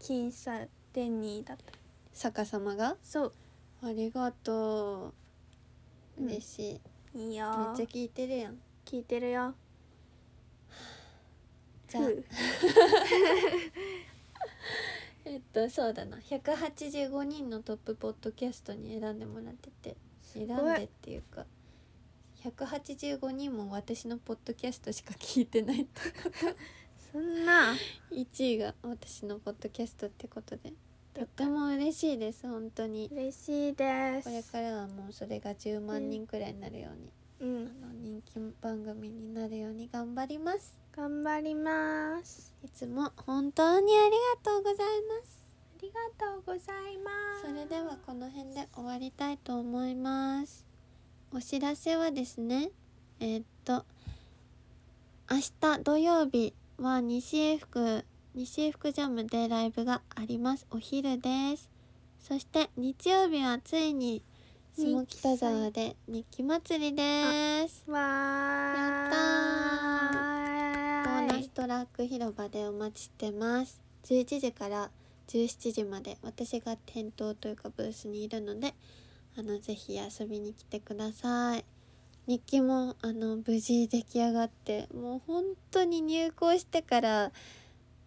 S2: 僅差デニーだった
S1: 逆さまが
S2: そう
S1: ありがとう
S2: うん
S1: 嬉しい、
S2: いい
S1: め
S2: よ
S1: っちゃ聞いてるやん
S2: 聞いてるよ
S1: じゃあ
S2: ふう
S1: えっとそうだな185人のトップポッドキャストに選んでもらってて選ん
S2: ごい
S1: でっていうか185人も私のポッドキャストしか聞いてないって
S2: そんな
S1: 1位が私のポッドキャストってことでとっても嬉しいです本当に
S2: 嬉しいで
S1: これ
S2: す
S1: からはもうそれが10万人くらいになるように、
S2: うん
S1: あの人気番組になるように頑張ります
S2: 頑張ります
S1: いつも本当にありがとうございます。
S2: ありがとうございます
S1: それではこの辺で終わりたいと思います。お知らせはですね、えーっと、明日土曜日は西英福、西英福ジャムでライブがあります。お昼です。そして日曜日はついに下北沢で日記祭りです。
S2: わー
S1: やったボーナ
S2: ー
S1: ストラック広場でお待ちしてます11時から17時まで私が店頭というかブースにいるのであのぜひ遊びに来てください日記もあの無事出来上がってもう本当に入校してからっ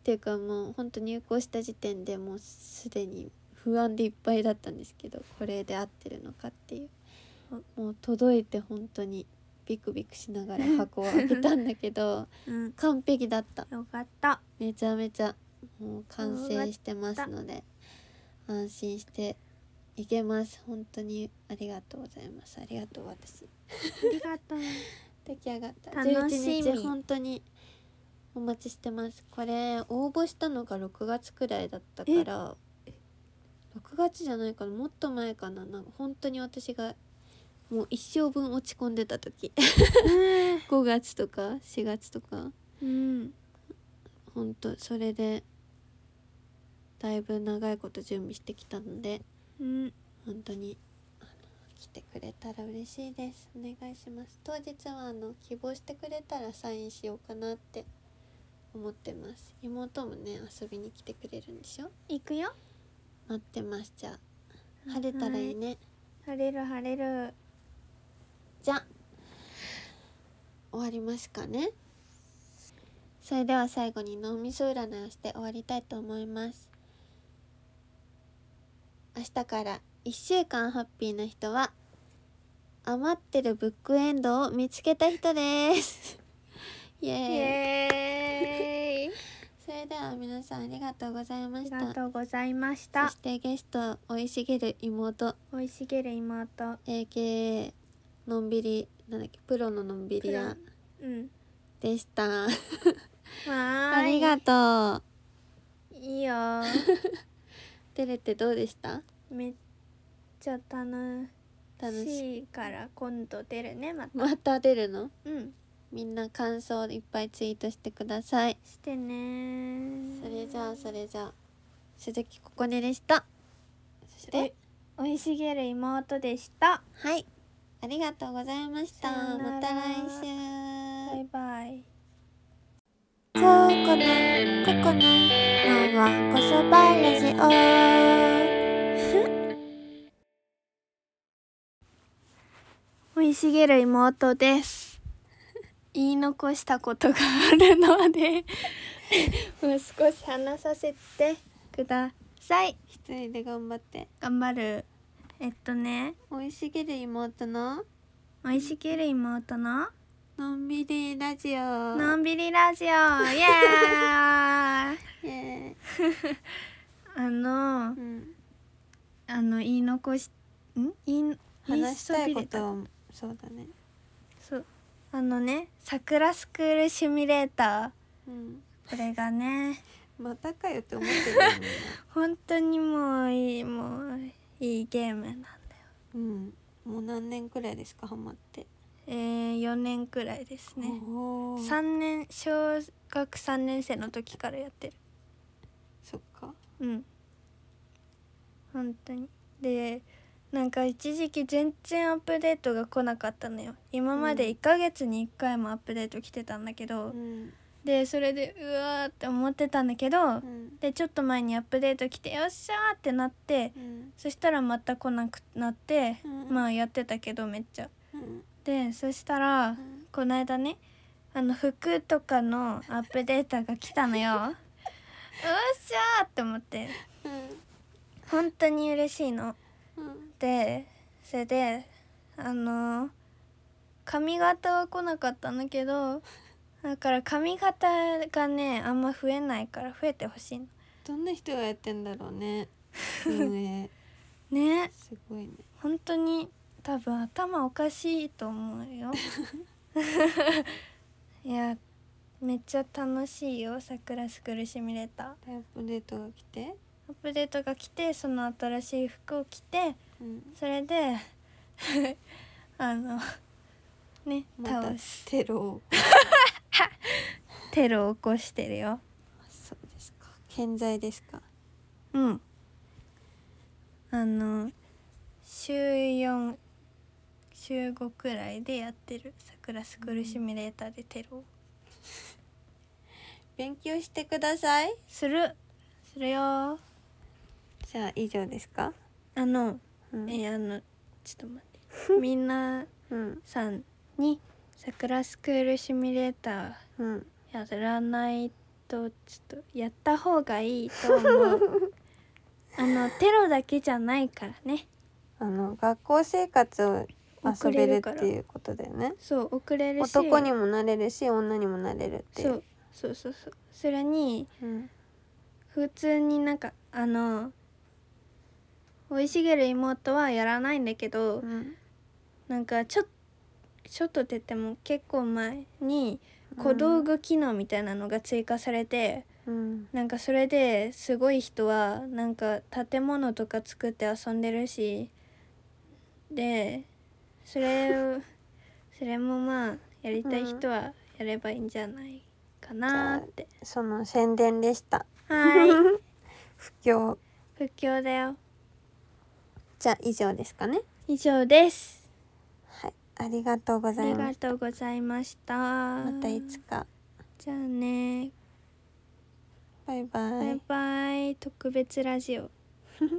S1: ていうかもう本当入校した時点でもうすでに不安でいっぱいだったんですけどこれで合ってるのかっていうもう届いて本当にビクビクしながら箱を開けたんだけど
S2: うん
S1: 完璧だった
S2: よかった
S1: めちゃめちゃもう完成してますので安心していけます本当にありがとうございますありがとう私
S2: ありがとう
S1: 出来上がった
S2: 楽しみ
S1: 11日本当にお待ちしてますこれ応募したのが6月くらいだったから6月じゃないかなもっと前かななんか本当に私がもう一生分落ち込んでた 時5月とか4月とか
S2: うん
S1: ほんとそれでだいぶ長いこと準備してきたので
S2: うん
S1: 本当にあの来てくれたら嬉しいですお願いします当日はあの希望してくれたらサインしようかなって思ってます妹もね遊びに来てくれるんでしょ
S2: 行くよ
S1: 待ってますじゃあ晴れたらいいね、
S2: 晴れる晴れる
S1: じゃあ終わりますかねそれでは最後に脳みそ占いをして終わりたいと思います明日から1週間ハッピーな人は余ってるブックエンドウを見つけた人です イエ
S2: イ
S1: ーイ
S2: エーイ
S1: それでは皆さんありがとうございま
S2: あ
S1: し
S2: り
S1: た
S2: がとうございまし
S1: そ
S2: た
S1: してゲスト生い茂る妹
S2: おいしげる妹
S1: AKA のんびりなんだっけプロののんびり屋
S2: うん
S1: でした
S2: わー
S1: ありがとう。
S2: いいよー
S1: 照れてどうでした？
S2: めっちゃ楽
S1: 楽しい
S2: C から今度出るねまた
S1: また出るの
S2: うん
S1: みんな感想いっぱいツイートしてください
S2: してね
S1: それじゃあそれじゃあ鈴木ここねでしたそして
S2: おいしげる妹でした
S1: はいありがとうございました
S2: さよ
S1: ま
S2: なら
S1: た来
S2: バ
S1: 週
S2: イバイ
S1: ココネココネママこそばラジオ
S2: おいしげる妹です 言い残したことがあるのでもう少し話させてください
S1: 一人で頑張って
S2: 頑張るえっとね
S1: おいしげる妹の
S2: おいしげる妹の
S1: のんびりラジオ
S2: のんびりラジオイエーイあ
S1: イエ
S2: の
S1: ーイうん
S2: あの言い残しん言い
S1: 話したい
S2: 言
S1: こ
S2: そびれ
S1: とをそうだね
S2: そうあのね桜スクールシミュレータ
S1: うん
S2: ーこれがね
S1: またかよって思ってるよね
S2: 本当にもういいもういいゲームなんだよ
S1: うんもう何年くらいですかハマって
S2: えー、4年くらいですね
S1: おー
S2: 3年小学3年生の時からやってる
S1: そっか
S2: うん本当にでなんか一時期全然アップデートが来なかったのよ今まで
S1: うん
S2: 1ヶ月に1回もアップデート来てたんだけど、
S1: うん
S2: でそれでうわーって思ってたんだけど、
S1: うん
S2: でちょっと前にアップデート来てよっしゃーってなって
S1: うん
S2: そしたらまた来なくなって、
S1: うん
S2: まあやってたけどめっちゃ
S1: うん
S2: でそしたら、この間ねあの服とかのアップデートが来た のよよっしゃーって思って本当に嬉しいの
S1: うん
S2: でそれであの髪型は来なかったんだけどだから髪型がねあんま増えないから増えてほしいの
S1: どんな人がやってんだろうね運営
S2: ね
S1: すごいね
S2: 本当に多分頭おかしいと思うよいやめっちゃ楽しいよ桜スクールシミュレーター
S1: でアップデートが来て
S2: アップデートが来てその新しい服を着て
S1: うん
S2: それで あのね
S1: また
S2: 倒す
S1: テロを
S2: テロを起こしてるよ
S1: あそうですか健在ですか
S2: うんあの週4週5くらいでやってる桜スクールシミュレーターでテロを
S1: 勉強してください
S2: するするよあ
S1: じゃあ以上ですか
S2: の
S1: うん
S2: えあのちょっと待 ってみんな
S1: うん
S2: さんに桜スクールシミュレーター
S1: うん
S2: やらないとちょっとやった方がいいと思 うあのテロだけじゃないからね
S1: あの学校生活を遊べるっていうことだよね
S2: そう遅れるし
S1: 男にもなれるし女にもなれるってい
S2: そうそうそうそうそれに
S1: うん
S2: 普通になんかあの生い茂る妹はやらないんだけど、
S1: うん
S2: なんかちょちょっとって言っても結構前に小道具機能みたいなのが追加されて、
S1: うん
S2: なんかそれですごい人はなんか建物とか作って遊んでるしでそれ をそれもまあやりたい人はやればいいんじゃないかなって、
S1: その宣伝でした
S2: はーい
S1: 不況
S2: 不況だよ
S1: じゃあ以上ですかね
S2: 以上です
S1: はいありがとうご
S2: あ
S1: ざい
S2: り
S1: ま
S2: が
S1: す
S2: とうございましたま
S1: またいつか
S2: じゃあね
S1: バイバイ
S2: バイバイ特別ラジオ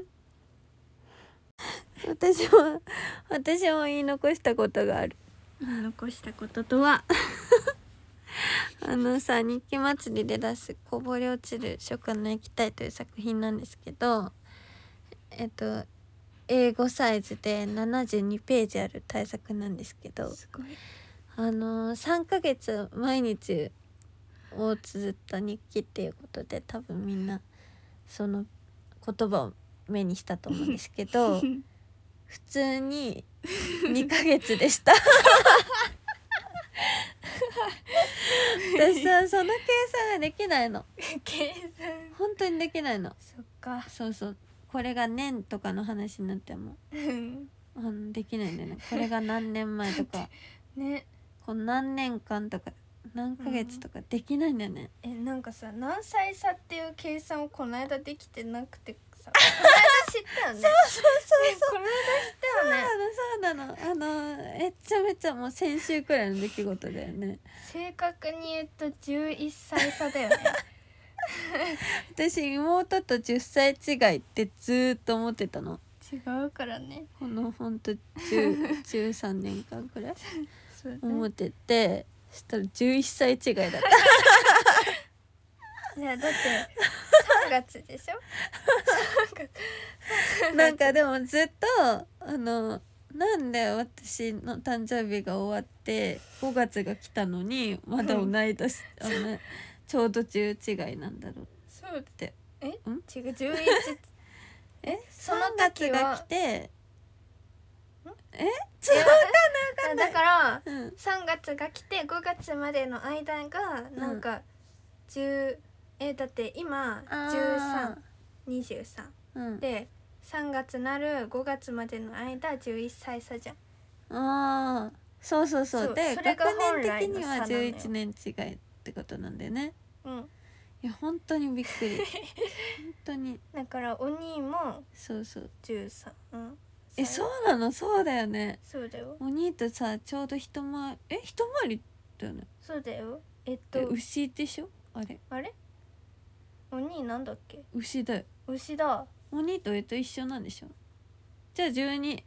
S1: 私も私も言い残したことがある
S2: 残したこととは
S1: あのさ日記祭りで出す「こぼれ落ちる初夏の液体」という作品なんですけどえっと英語サイズで72ページある大作なんですけど
S2: すごい
S1: あの3ヶ月毎日を綴った日記っていうことで多分みんなその言葉を目にしたと思うんですけど普通に2ヶ月でした私さその計算ができないの
S2: 計算
S1: 本当にできないの
S2: そっか
S1: そうそうこれが年とかの話になってもあのできないんだよねこれが何年前とか
S2: ね
S1: こう何年間とか何ヶ月とかできないんだよね、
S2: えなんかさ何歳差っていう計算をこの間できてなくてさこの間知った よねそうそうそうこの間知ったよね
S1: そうなのそうなのあのえっちゃめちゃもう先週くらいの出来事だよね
S2: 正確に言うと11歳差だよね
S1: 私妹と10歳違いってずーっと思ってたの
S2: 違うからね
S1: このほんと10 13年間くらい
S2: そうね
S1: 思っててそしたら11歳違いだった
S2: いやだって3月でしょ
S1: なんかでもずっとあのなんで私の誕生日が終わって5月が来たのにまだ同い年、あのねちょうど10違いなんだろうっ
S2: そう
S1: て
S2: え
S1: ん
S2: 違う11
S1: え
S2: その
S1: 3月
S2: 時は
S1: が来て
S2: 違うかだから
S1: うん
S2: 3月が来て5月までの間がなんか10、えだって今
S1: あ
S2: 1323
S1: ーうん
S2: で3月なる5月までの間11歳差じゃん
S1: あーそうそうそう
S2: そう
S1: で
S2: それ
S1: 学
S2: が本
S1: 年
S2: 来
S1: 的
S2: の
S1: に
S2: 差な
S1: は
S2: のよ
S1: 11年違いってことなんだよね
S2: うん
S1: いや本当にびっく り本当に
S2: だからお兄も
S1: そうそう
S2: 13うん
S1: えそううなのそうだよね
S2: そうだよ
S1: お兄とさちょうど一回りえ一回りだよね
S2: そうだよえ
S1: え
S2: っと
S1: 牛でしょあれ
S2: あれお兄なんだっけ
S1: 牛だよ
S2: 牛 だ
S1: お兄とえと一緒なんでしょじゃあ12
S2: え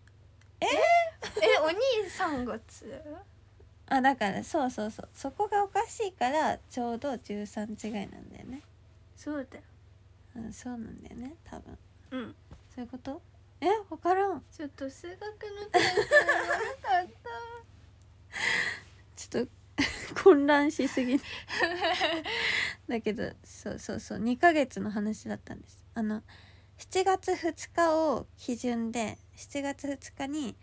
S2: お兄3月
S1: あだからそうそうそうそこがおかしいからちょうど13違いなんだよね
S2: そうだよ
S1: うんそうなんだよね多分
S2: うん
S1: そういうことえ分からん
S2: ちょっと数学の先生が悪かった
S1: ちょっと 混乱しすぎだけどそうそうそう2ヶ月の話だったんですあの7月2日を基準で7月2日に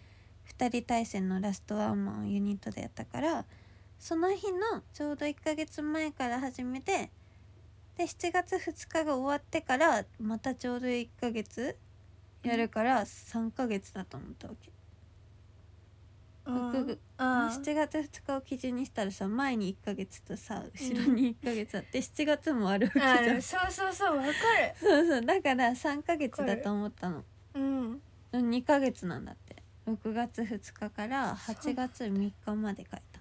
S1: 2人対戦のラストワンマンをユニットでやったからその日のちょうど1ヶ月前から始めてで7月2日が終わってからまたちょうど1ヶ月やるから3ヶ月だと思ったわけ。僕が
S2: あ
S1: 7月2日を基準にしたらさ前に1ヶ月とさ後ろに1ヶ月あって、7月もあるわけじゃん
S2: そうそうそうわかる
S1: そうそうだから3ヶ月だと思ったの
S2: うん
S1: 2ヶ月なんだって6月2日から8月3日まで書いた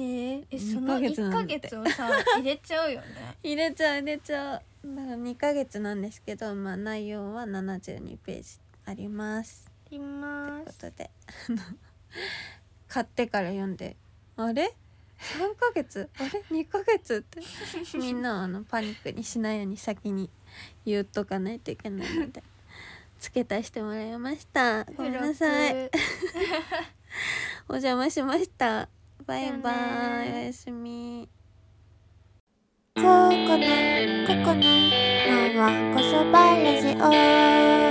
S2: へええそ
S1: 二
S2: の
S1: ヶ月
S2: 1
S1: な
S2: ヶ
S1: んだって
S2: 月をさ入れちゃうよ ね
S1: 入れちゃう入れちゃうだから2ヶ月なんですけど、まあ、内容は72ページあります
S2: い
S1: と
S2: ま
S1: いうこ
S2: す
S1: とで あの買ってから読んであれ3ヶ月あれ2ヶ月 ってみんなはあのパニックにしないように先に言っとかないといけないので付け足してもらいましたごめんなさい
S2: 付録
S1: お邪魔しましたバイバ
S2: じゃあ
S1: イ
S2: ね
S1: おやすみここねここねママこそばラジオ